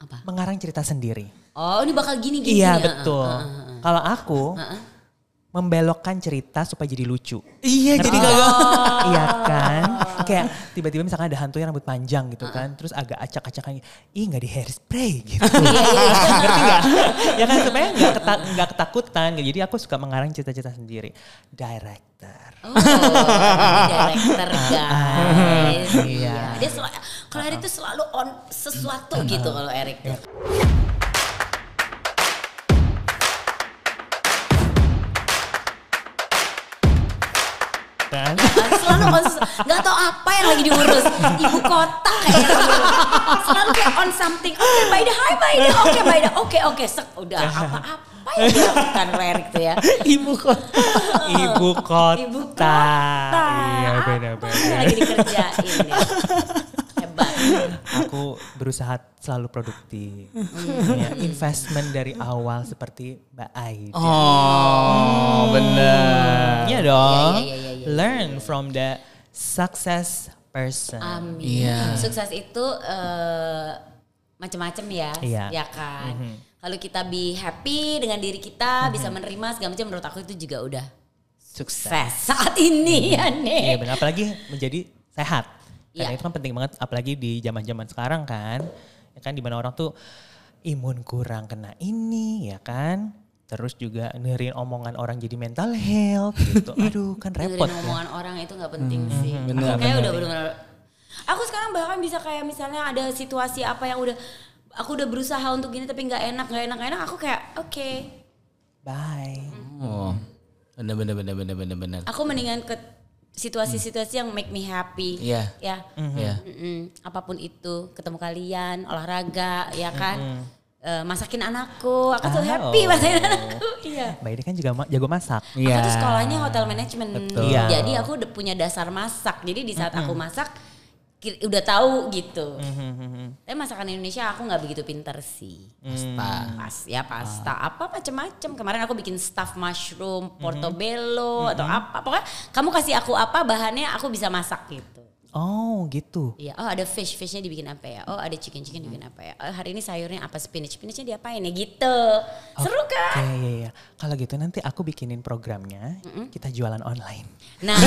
Apa? mengarang cerita sendiri. Oh ini bakal gini gini. Iya gini. Ah, betul. ah, ah, ah. Kalau aku Heeh. membelokkan cerita supaya jadi lucu. Iya Ngerti jadi nggak? kagak. iya kan? Kayak tiba-tiba misalkan ada hantu yang rambut panjang gitu kan, terus agak acak-acakan, ih nggak di hairspray gitu. Ah, Iya, Ngerti nggak? ya kan supaya nggak keta- nggak ketakutan. gitu. Jadi aku suka mengarang cerita-cerita sendiri. Director. Oh, ini director guys. Iya. Iya. Dia selalu, kalau Erik tuh selalu on sesuatu gitu kalau Erik tuh. Kan? Ah, Selalu on sesu- nggak tahu apa yang lagi diurus. Ibu kota kayak gitu. selalu kayak on something. Oke, by the hi, by the oke, by the oke, oke, sek udah apa-apa yang dilakukan oleh Erik tuh ya. Ibu kota. Ibu kota. Ibu kota. Iya Apa yang benar-benar. Lagi dikerjain ya. Hebat. Aku berusaha selalu produktif. Ya, investment dari awal seperti Mbak Aida. Oh bener. Iya dong. Iya, iya, iya, iya, Learn from the success person. Amin. Iya. Sukses itu eh, macam-macam ya, Iya. ya kan. Kalau kita be happy dengan diri kita, Mhm. bisa menerima segala macam, menurut aku itu juga udah sukses saat ini ya nih. Iya benar. Apalagi menjadi sehat. Karena Iya. itu kan penting banget. Apalagi di zaman-zaman sekarang kan, ya kan dimana orang tuh imun kurang kena ini, ya kan. Terus juga dengerin omongan orang jadi mental health gitu. Aduh kan repot. Dengerin Ya. Mhm. omongan orang itu nggak penting sih. bener, aku kayak bener. udah benar-benar. Aku sekarang bahkan bisa kayak misalnya ada situasi apa yang udah aku udah berusaha untuk gini tapi nggak enak nggak enak nggak enak aku kayak oke Bye. Oh. Bener bener bener bener bener bener. aku mendingan ke situasi-situasi yang make me happy Iya. ya Iya. Mm-mm, apapun itu ketemu kalian olahraga ya kan Eh, masakin anakku aku Ah, Oh. tuh happy masakin anakku iya Mbak Ida kan juga ma- jago masak. aku Iya. tuh sekolahnya hotel management Betul. Iya. jadi aku udah punya dasar masak jadi di saat aku masak ki- udah tahu gitu tapi masakan Indonesia aku nggak begitu pinter sih Pasta. Ah. pas ya pasta apa macem-macem kemarin aku bikin stuffed mushroom portobello atau apa pokoknya kamu kasih aku apa bahannya aku bisa masak gitu Oh gitu. Iya, oh ada fish, fishnya dibikin apa ya? Oh ada chicken, chicken dibikin apa ya? Oh, hari ini sayurnya apa? Spinach, spinachnya diapain ya? Gitu, seru Oke kan? iya iya. Kalau gitu nanti aku bikinin programnya. Kita jualan online. Nah,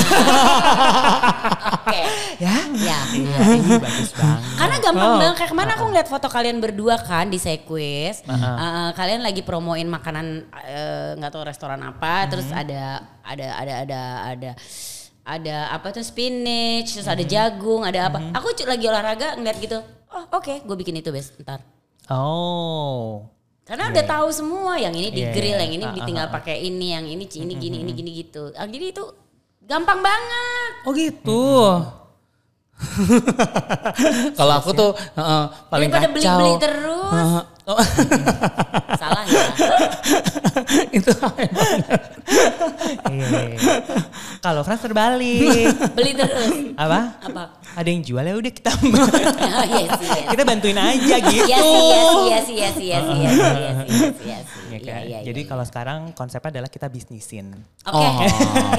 oke, Ya. Oh. ya. Iya ini bagus banget. Karena gampang banget. Kayak kemana aku ngeliat foto kalian berdua kan di Sequest. Eh, kalian lagi promoin makanan eh, nggak tahu restoran apa. Terus ada ada ada ada ada ada apa tuh spinach, terus ada jagung, ada apa. Aku cu- lagi olahraga ngeliat gitu. Oh oke, gue bikin itu bes. Ntar. Oh. Karena udah tahu semua yang ini di Iya, grill, iya. yang ini Ah, ah, ditinggal pakai ini, yang ini ini gini, ini gini gitu. Ah, Jadi itu gampang banget. Oh gitu. Kalau aku tuh heeh, paling Daripada kacau. beli-beli terus. Heeh. Oh, Salah ya. itu aneh banget. Iya, iya, iya. Kalau Frans terbalik. Beli terus. Apa? Apa? Ada yang jual ya udah kita ma- Oh, yes, yes. kita bantuin aja gitu. Yes, yes, yes, yes, yes, yes, yes, yes, yes. Ya Iya, kan? iya, Jadi iya. kalau sekarang konsepnya adalah kita bisnisin. Oke, Oh.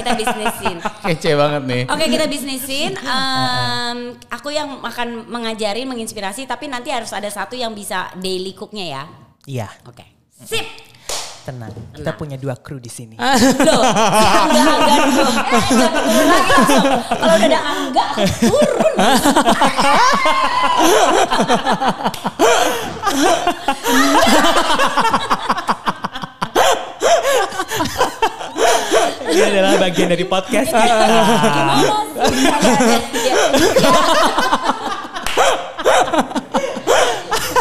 kita bisnisin. Kece banget nih. Oke kita bisnisin. Ah, Em, aku yang akan mengajari, menginspirasi, tapi nanti harus ada satu yang bisa daily cooknya ya. Iya, Oke, sip. tenang. Kita punya dua kru di sini. Loh, si Angga Angga dulu. Eh, jangan turun lagi langsung. Kalau udah ada Angga, aku turun. Ini adalah bagian dari podcast. Gimana sih? Kalian- Ya, ya.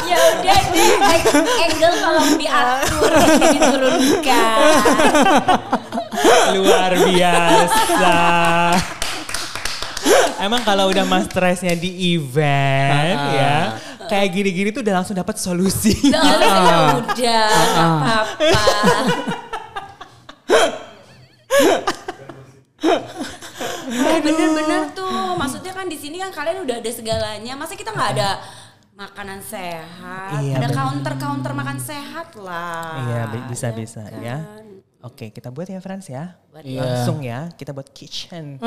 Ya udah deh, angle tolong diatur, diturunkan. Luar biasa. Emang kalau udah masterisnya di event Ah. ya, kayak gini-gini tuh udah langsung dapat solusi. Ah. Loh, ya udah, nggak apa-apa. Eh, bener-bener tuh, maksudnya kan di sini kan kalian udah ada segalanya. Masa kita nggak ada makanan sehat? Iya, ada bener. counter-counter makan sehat lah. kan. Iya, bi- bisa-bisa ya. Oke, kita buat ya Frans ya. Iya. Langsung ya, kita buat kitchen.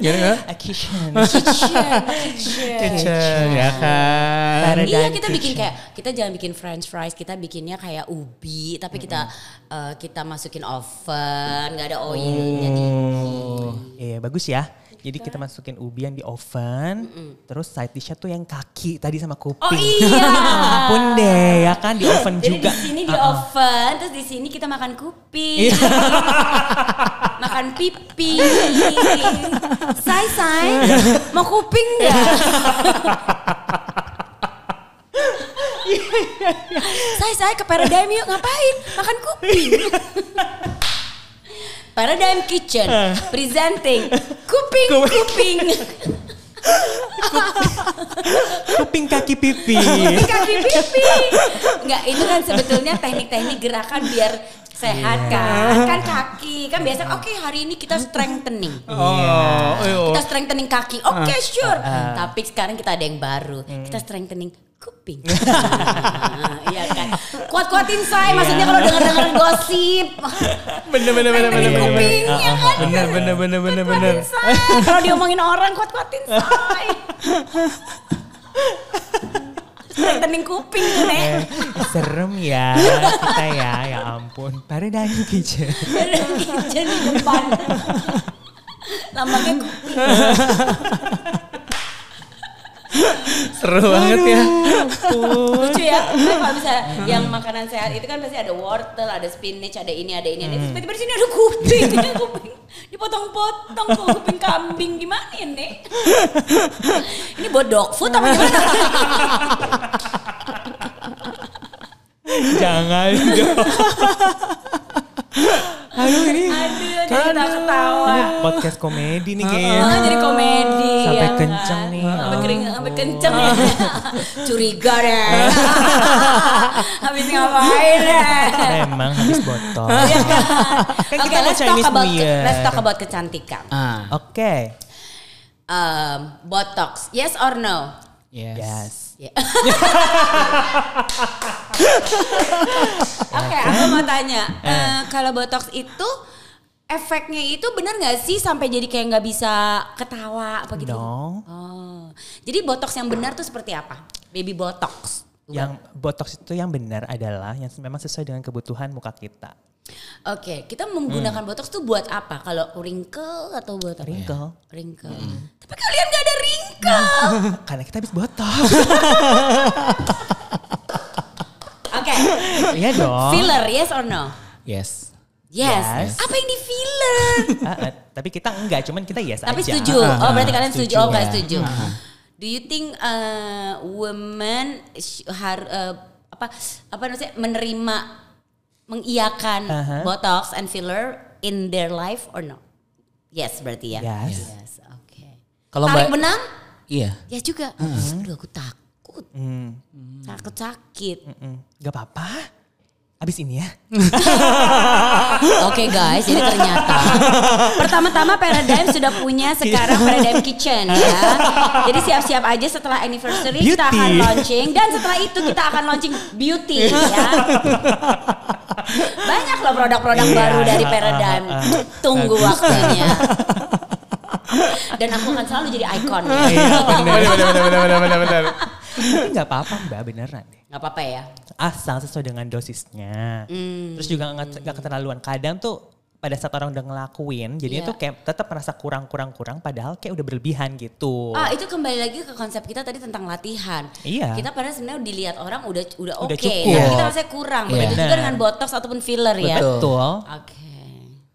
Jadi ya. A kitchen. Iya, Kitchen ya kan. Paradise Iya kita bikin kitchen. kayak kita jangan bikin French fries kita bikinnya kayak ubi tapi kita eh, kita masukin oven nggak ada oilnya Oh, dikit. Iya, bagus ya. Jadi kita masukin ubian di oven, terus side dishnya tuh yang kaki tadi sama kuping. Oh iya. Ampun deh, ya kan di oven Jadi juga. di sini di Uh-uh. Iya. oven terus di sini kita makan kuping. makan pipi. Sai sai Iya. mau kuping nggak? Iya. Sai sai ke Paradigm yuk ngapain? Makan kuping. Paradigm Kitchen Eh. presenting kuping kuping Kuping kaki pipi. kuping kaki pipi. Enggak, itu kan sebetulnya teknik-teknik gerakan biar sehat kan. Kan kaki, kan biasa oke hari ini kita strengthening. Oh, Ah. ayo. Kita strengthening kaki. Oke, sure. Tapi sekarang kita ada yang baru. Hmm. Kita strengthening kuping. Ah, iya kan. Kuat-kuatin saya maksudnya kalau denger-denger gosip. Bener Iya. bener bener bener Strengthening bener. kuping ya kan. Bener bener bener bener bener. Kuat-kuatin saya. Kalau diomongin orang kuat-kuatin saya. strengthening kuping, Iya. Nek. Serem ya kita ya, ya ampun. Paradise kitchen. kitchen di depan. Lambangnya kuping. Seru banget ya. lucu ya. Kan kalau bisa yang makanan sehat itu kan pasti ada wortel, ada spinach, ada ini, ada ini, ada Hmm. ini. Tiba-tiba di sini ada kuping, kuping dipotong-potong kok kuping kambing gimana ini? ini buat dog food apa gimana? Jangan dong. Aduh ini. Aduh, jadi kita ketawa. Ini podcast komedi nih kayaknya. Ah, jadi komedi. Iya. Sampai kan? kenceng nih. Oh. Sampai Ah. kering, sampai kenceng ya. Curiga deh. Habis ngapain deh. Memang habis botol. Iya kan? Kan Oke, kita mau let's talk Chinese about New Year. let's talk about kecantikan. Ah, Oke. Um, botox, yes or no? yes. Yes. Ya. Oke, aku mau tanya, eh, kalau botox itu efeknya itu benar nggak sih sampai jadi kayak nggak bisa ketawa apa gitu? No. Oh, jadi botox yang benar tuh seperti apa? Baby botox. Yang botox itu yang benar adalah yang memang sesuai dengan kebutuhan muka kita. Oke, kita Hmm. menggunakan botox tuh buat apa? Kalau wrinkle atau buat apa? Wrinkle. Hmm. Wrinkle. Tapi kalian nggak ada wrinkle. Karena kita habis botox. Oke. Iya dong. Filler, yes or no? Yes. Yes. Yes. Apa yang di filler? Ah, ah, tapi kita enggak, cuman kita yes aja. Tapi setuju. Ah, Oh, ah, Uh-huh. berarti kalian setuju. setuju. Oh, kalian Ya. setuju. Do you think uh, women sh- har uh, apa apa namanya menerima mengiyakan Aha. botox and filler in their life or no? Yes berarti ya. Yes. Yes, Oke. Kalau Tarik Mbak- benang? Iya. Ya juga. Hmm. Aduh, aku takut. Takut sakit. Mm, Gak apa-apa. Abis ini ya. Oke guys, jadi ternyata pertama-tama Paradigm sudah punya sekarang Paradigm Kitchen ya. Jadi siap-siap aja setelah anniversary kita Beauty. akan launching dan setelah itu kita akan launching beauty ya. Banyak loh produk-produk Iya, baru dari ah, Paradigm. ah, Tunggu Bagus. waktunya. Dan aku akan selalu jadi ikon. Ya. Iya, Bener bener bener bener bener bener. bener. Tapi gak apa-apa mbak, beneran deh. Gak apa-apa ya. Hmm. Asal sesuai dengan dosisnya. Terus juga gak, keterlaluan. Kadang tuh pada saat orang udah ngelakuin, jadinya Iya. tuh kayak tetap merasa kurang-kurang-kurang padahal kayak udah berlebihan gitu. Ah itu kembali lagi ke konsep kita tadi tentang latihan. Iya. Kita padahal sebenarnya dilihat orang udah udah Udah oke, cukup. tapi kita rasanya kurang. Iya. Begitu juga Benar. dengan botox ataupun filler ya. Betul. Betul. Oke.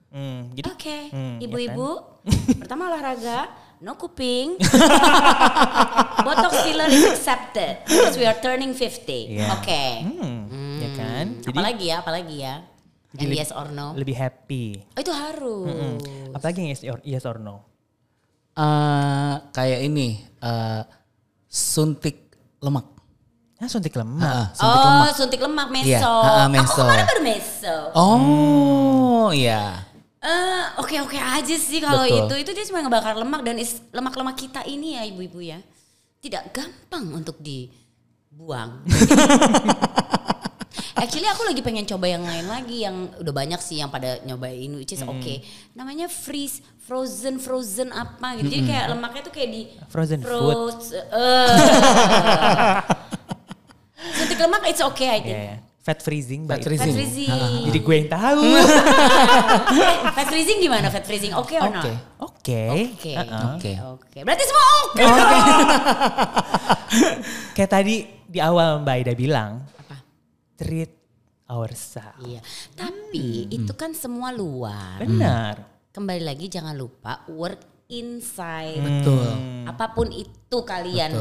Hmm, jadi Oke, Hmm, kan? ya ibu-ibu, pertama olahraga, no kuping. botox filler is accepted because we are turning 50. Iya. Oke. Hmm, ya kan? Jadi apalagi ya, apalagi ya. Yang yes or no. lebih happy. Oh, itu harus. Apalagi yang yes or, yes or no. Eh, kayak ini eh, suntik lemak. Nah, suntik Ah, lemak. suntik oh, lemak. suntik lemak meso. Iya, ha-ha, Aku meso. kemarin baru meso. Oh, iya. Eh, oke oke aja sih kalau itu Betul. itu dia cuma ngebakar lemak dan is- lemak-lemak kita ini ya ibu-ibu ya tidak gampang untuk dibuang. Actually aku lagi pengen coba yang lain lagi yang udah banyak sih yang pada nyobain which is oke. Namanya freeze frozen frozen apa gitu. Jadi kayak lemaknya tuh kayak di Frozen food. froze- eh. Suntik lemak it's okay I think. Yeah. Fat freezing. Mbak. iya. Fat Fat freezing. freezing. Ah. Jadi gue yang tahu. fat freezing gimana fat freezing? Oke or not? Oke. Oke. Oke. Uh-uh. Oke. Oke. Oke. Berarti semua oke. Oh. Kayak tadi di awal Mbak Ida bilang, Apa? treat ourselves. Iya. Tapi itu kan semua luar. Benar. Kembali lagi jangan lupa work inside. Betul. Apapun itu kalian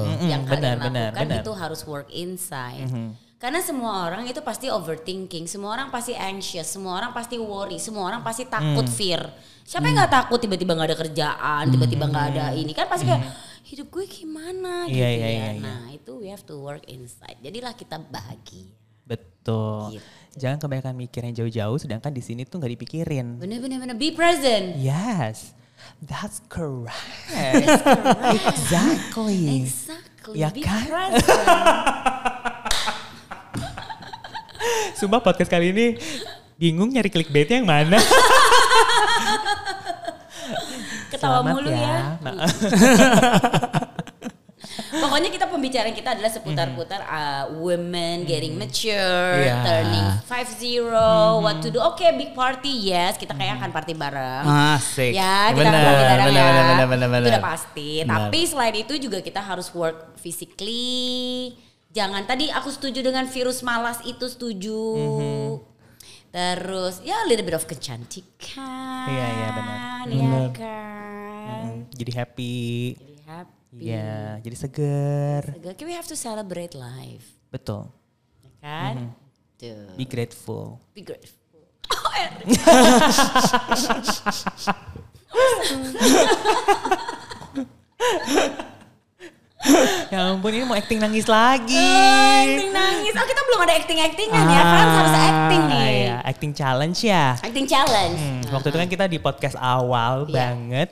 Mm-mm, yang kalian Hmm. benar, lakukan benar, Hmm. benar. itu harus work inside. Karena semua orang itu pasti overthinking, semua orang pasti anxious, semua orang pasti worry, semua orang pasti takut Hmm. fear. Siapa yang nggak takut tiba-tiba nggak ada kerjaan, tiba-tiba nggak ada ini kan pasti kayak hidup gue gimana Hmm. Iya, gitu iya, ya. iya, iya. Nah itu we have to work inside. Jadilah kita bahagia. Betul. Gitu. Jangan kebanyakan mikir yang jauh-jauh, sedangkan di sini tuh nggak dipikirin. Bener-bener bener. be present. Yes, that's correct. exactly. Exactly. Ya be kan? present. Sumpah podcast kali ini bingung nyari clickbaitnya yang mana. Ketawa Selamat mulu ya. ya. Nah. Pokoknya kita pembicaraan kita adalah seputar-putar uh, Mm-hmm. women getting mature, Iya. turning 5-0, Mm-hmm. what to do. Oke, big party, yes. Kita kayak akan party bareng. Asik. Ya, kita Benar, akan party bareng benar, ya. benar, benar, benar, Itu benar. udah pasti. Benar. Tapi selain itu juga kita harus work physically. Jangan tadi aku setuju dengan virus malas itu setuju. Mm-hmm. Terus ya a little bit of kecantikan. Iya, iya, benar. Iya Benar. kan. Mm-hmm. jadi happy. Jadi happy. Iya, jadi seger. Oke, we have to celebrate life, Betul. ya kan? Mm-hmm. Tuh. Be grateful. Be grateful. Ya ampun, ini mau acting nangis lagi. Acting nangis. Oh, kita belum ada acting-actingan ya. Frans Ah, harus acting nih. Ah, iya, acting challenge ya. Acting challenge. Hmm. Waktu itu kan kita di podcast awal Iya. banget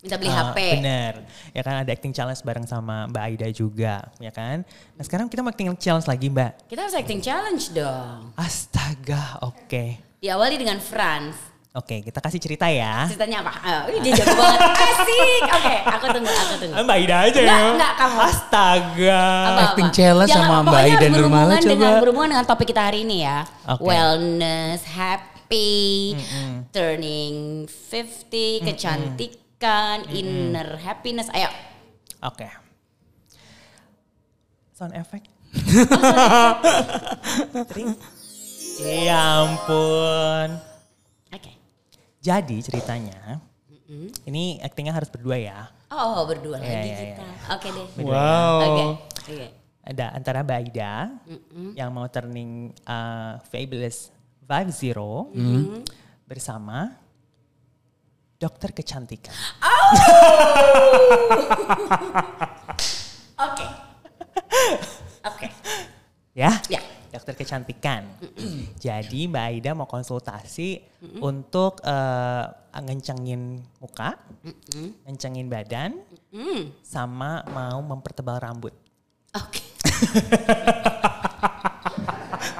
Minta beli Ah, Oh, HP. Bener. Ya kan ada acting challenge bareng sama Mbak Aida juga, ya kan? Nah sekarang kita mau acting challenge lagi Mbak. Kita harus acting challenge dong. Astaga, oke. Diawali dengan Frans. Ah. Oke, kita kasih cerita ya. Ceritanya apa? Ah, ih, dia jago banget. Asik. Oke, aku tunggu, aku tunggu. Ah, Mbak Ida aja ya. Enggak, enggak kamu. Astaga. Apa-apa. Ah, acting challenge Jangan- sama Mbak pokoknya Ida harus Nurmala berhubungan coba. Dengan, berhubungan dengan topik kita hari ini ya. Oke. Wellness, happy, turning 50, kecantikan, inner happiness. Ayo. Oke. Sound effect. Tring. Ya ampun. Oke. Jadi ceritanya, ini actingnya harus berdua ya. Oh, berdua Iya, lagi iya, iya. kita. Oke deh. ya. Wow. Oke. Iya. Oke. ada antara Mbak Ida yang mau turning uh, Fabulous Vibe Zero Mm-hmm. bersama dokter kecantikan. Oke. Oke. Ya? Ya. Dokter kecantikan. Jadi Mbak Ida mau konsultasi untuk uh, ngencengin muka, ngencengin badan, Hmm. sama mau mempertebal rambut. Oke.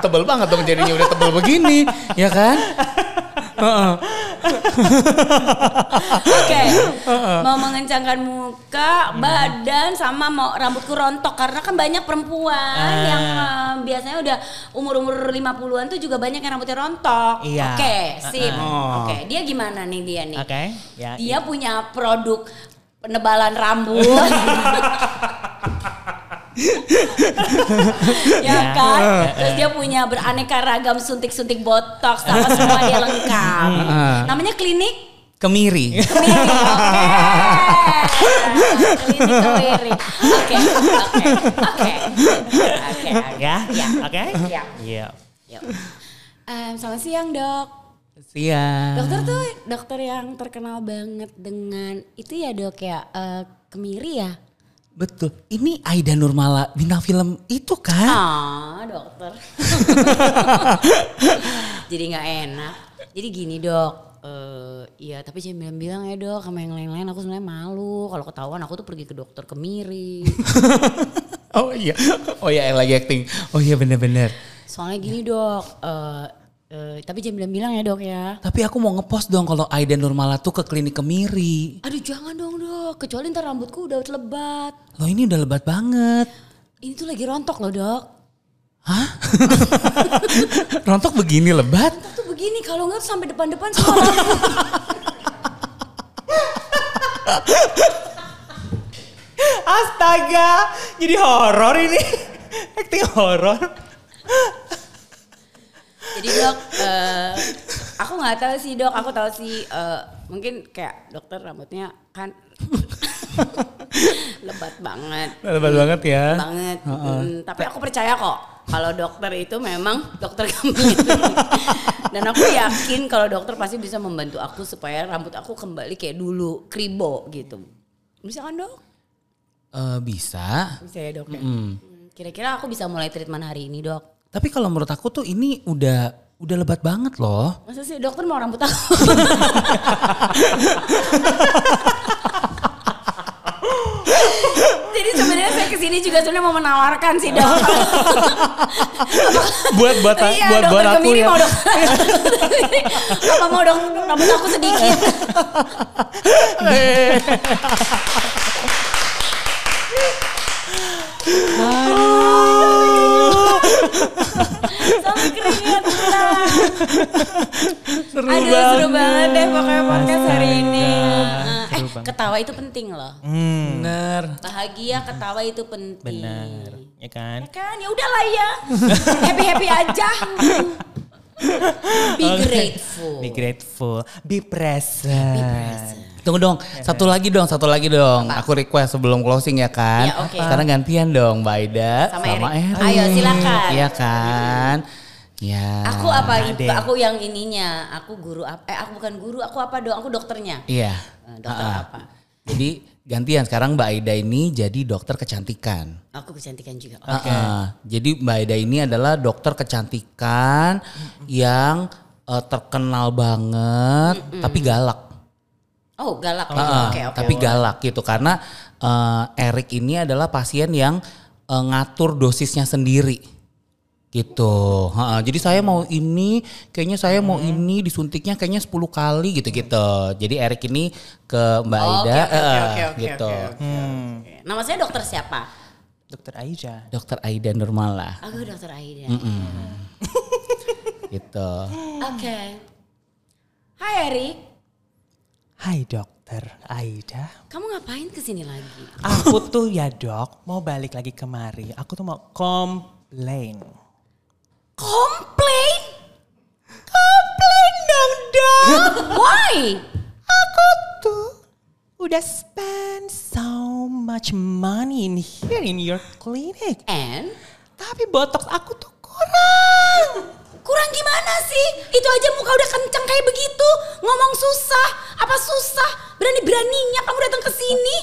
Tebel banget dong jadinya udah tebel begini, ya kan? Heeh. Oke. Mau mengencangkan muka, Hmm. badan sama mau rambutku rontok karena kan banyak perempuan Ah. yang eh, biasanya udah umur-umur 50-an tuh juga banyak yang rambutnya rontok. Iya. ah. Oke, sip. Oh. Oke, dia gimana nih dia nih? Oke? Ya. Dia punya produk penebalan rambut. Ya. ya kan? Terus dia punya beraneka ragam suntik-suntik botox sama semua dia lengkap. Namanya klinik E, Kemiri. Oke. Keliling-keliling. Oke, oke, oke. Oke, Ya? Ya. Oke? Ya. Iya. Yuk. Em, selamat siang dok. Siang. Dokter tuh dokter yang terkenal banget dengan itu ya dok ya eh, kemiri ya. Betul. Ini Aida Nurmala bintang film itu kan? Ah dokter. Jadi nggak enak. Jadi gini dok. eh iya tapi jangan bilang-bilang ya dok sama yang lain-lain aku sebenarnya malu kalau ketahuan aku tuh pergi ke dokter kemiri Oh iya. Oh iya lagi acting. Oh iya bener-bener. soalnya gini dok, eh, eh, tapi jangan bilang-bilang ya dok ya. Tapi aku mau ngepost dong kalau Aiden Nurmala tuh ke klinik kemiri. Aduh jangan dong dok, kecuali ntar rambutku udah lebat. Loh ini udah lebat banget. Ini tuh lagi rontok loh dok. Hah? Rontok begini lebat? Tuh begini kalau nggak tuh sampai depan-depan semua rambut. Astaga, jadi horor ini. Acting horor. Jadi dok, eh, aku nggak tahu sih dok, aku tahu sih eh, mungkin kayak dokter rambutnya kan lebat banget. Lebat banget ya. banget. Mm, tapi aku percaya kok kalau dokter itu memang dokter kami. Dan aku yakin kalau dokter pasti bisa membantu aku supaya rambut aku kembali kayak dulu kribo gitu. Misalkan dok, Eh, bisa. bisa ya dok. ya? Mm, Kira-kira aku bisa mulai treatment hari ini dok. Tapi kalau menurut aku tuh ini udah udah lebat banget loh. Masa sih dokter mau rambut aku? Jadi sebenarnya saya kesini juga sebenarnya mau menawarkan sih dok. Buat buat iya, buat dokter buat aku Kemiri ya. mau dok. Apa mau dok rambut aku sedikit? Sampai keringetan. Seru Aduh seru banget deh pokoknya podcast hari ini. Astaga, Eh, seru banget. ketawa itu penting loh. Hmm, Bener. Bahagia ketawa itu penting. benar. Ya kan? Ya kan ya udahlah ya. happy happy aja. Be Oke. grateful. Be grateful. Be present. Tunggu dong, satu lagi dong, satu lagi dong. Aku request sebelum closing ya kan. Ya, oke. Sekarang gantian dong, Mbak Ida Sama sama, Erik. Erik. Ayo, silakan. Iya kan. Ya. Aku apa ibu? deh. Aku yang ininya. Aku guru apa? Eh aku bukan guru. Aku apa dong? Aku dokternya. Iya. Eh, Dokter Ah, ah. apa? Jadi gantian sekarang Mbak Ida ini jadi dokter kecantikan. Aku kecantikan juga. Heeh. Jadi Mbak Ida ini adalah dokter kecantikan yang eh, terkenal banget tapi galak. Oh galak. Oke Heeh, oke. Ah, tapi galak gitu karena eh, Erik ini adalah pasien yang eh, ngatur dosisnya sendiri gitu. Heeh, jadi saya mau ini, kayaknya saya mau ini disuntiknya kayaknya 10 kali gitu-gitu. Jadi Erik ini ke Mbak Oh, Ida oke, oke, oke, eh, oke, gitu. oke, oke, oke. Nama saya dokter siapa? Dokter Aisyah. Dokter Aida Nurmala Aku dokter Aida. Hmm. gitu. Oke. Hai Erik, Hai dokter Aida. kamu ngapain kesini lagi? Aku tuh ya dok mau balik lagi kemari. Aku tuh mau komplain. Komplain? Komplain dong dok. Why? Tuh udah spend so much money in here in your clinic. And Tapi botox aku tuh kurang. kurang gimana sih? Itu aja muka udah kenceng kayak begitu, ngomong susah, apa susah? Berani beraninya kamu datang ke sini?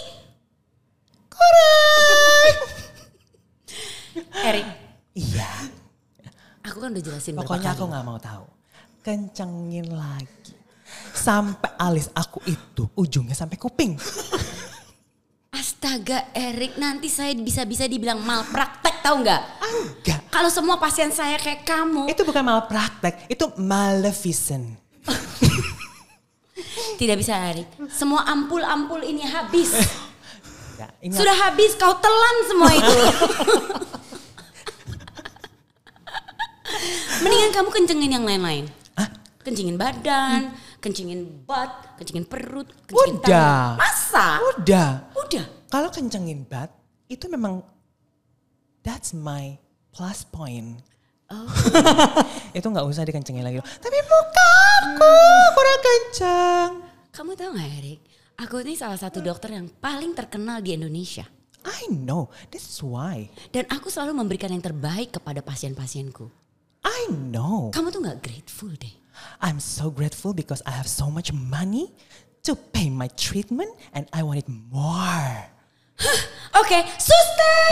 Kurang. Erik, Iya. aku kan udah jelasin Pokoknya aku berapa kali. nggak mau tahu. Kencengin lagi. Sampai alis aku itu ujungnya sampai kuping. Astaga Erik, nanti saya bisa-bisa dibilang malpraktek tahu nggak? Enggak. Eh. Kalau semua pasien saya kayak kamu, Itu bukan malpraktek, itu maleficent. tidak bisa Erik. Semua ampul-ampul ini habis. Enggak, ini Sudah habis, kau telan semua itu. Mendingan kamu kencengin yang lain-lain. Hah? Hmm. Kencingin badan, kencingin butt, kencingin perut, kencingin Udah. tangan. Masa? Udah. Udah. Kalau kencengin bat, itu memang that's my plus point. Oh. itu nggak usah dikencengin lagi. Tapi muka aku kurang kenceng. Kamu tahu gak Erik? Aku ini salah satu Hmm. dokter yang paling terkenal di Indonesia. I know, this is why. Dan aku selalu memberikan yang terbaik kepada pasien-pasienku. I know. Kamu tuh gak grateful deh. I'm so grateful because I have so much money to pay my treatment and I want it more. Oke, suster!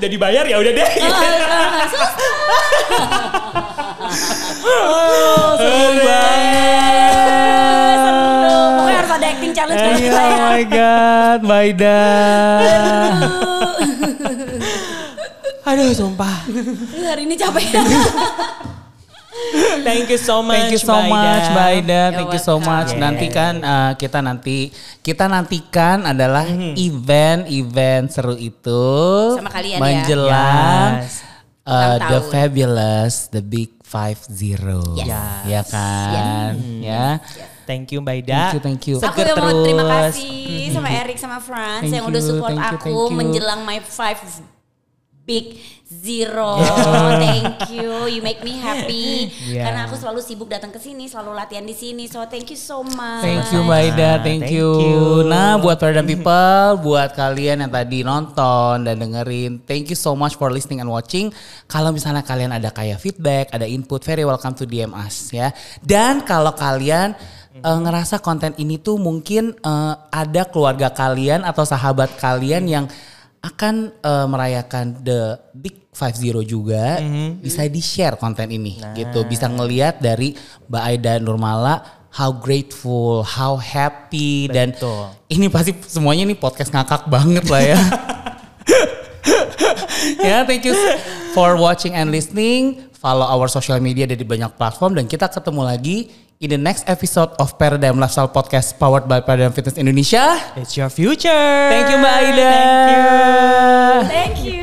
Jadi bayar ya udah deh. Eh, Seru banget. Seru. Pokoknya harus ada acting acting challenge kalau Ayo, kita oh ya. my god, Maida. Aduh, sumpah. Aduh, hari ini capek ya. Thank you so much. Thank you so much, Mbak Ida. You're Thank you so welcome. much. Nanti kan uh, kita nanti kita nantikan adalah Mm-hmm. event-event seru itu Sama kalian ya. menjelang Yes. uh, Ulang the tahun. fabulous, the big five zero, Yes. ya kan, Mm-hmm. ya. Thank you, Mbak Ida. Thank you, thank you. Aku Seger yang mau terima terus. kasih sama Erik sama Franz Mm-hmm. Thank yang udah you, support thank you, aku thank you. menjelang my five big zero. thank you, you make me happy. Yeah. Karena aku selalu sibuk datang ke sini, selalu latihan di sini. So thank you so much. Thank you Mbak Ida, thank, Thank you. you. Nah buat Paradigm People, buat kalian yang tadi nonton dan dengerin, thank you so much for listening and watching. Kalau misalnya kalian ada kayak feedback, ada input, very welcome to DM us ya. Dan kalau kalian eh, ngerasa konten ini tuh mungkin eh, ada keluarga kalian atau sahabat kalian yang akan eh, merayakan the big five zero juga bisa di share konten ini gitu bisa ngelihat dari Mbak Aida Nurmala how grateful how happy dan Betul. ini pasti semuanya ini podcast ngakak banget lah ya ya thank you for watching and listening follow our social media dari banyak platform dan kita ketemu lagi in the next episode of Paradigm Lifestyle Podcast powered by Paradigm Fitness Indonesia It's your future. Thank you, Mbak Aida. Thank you. Thank you.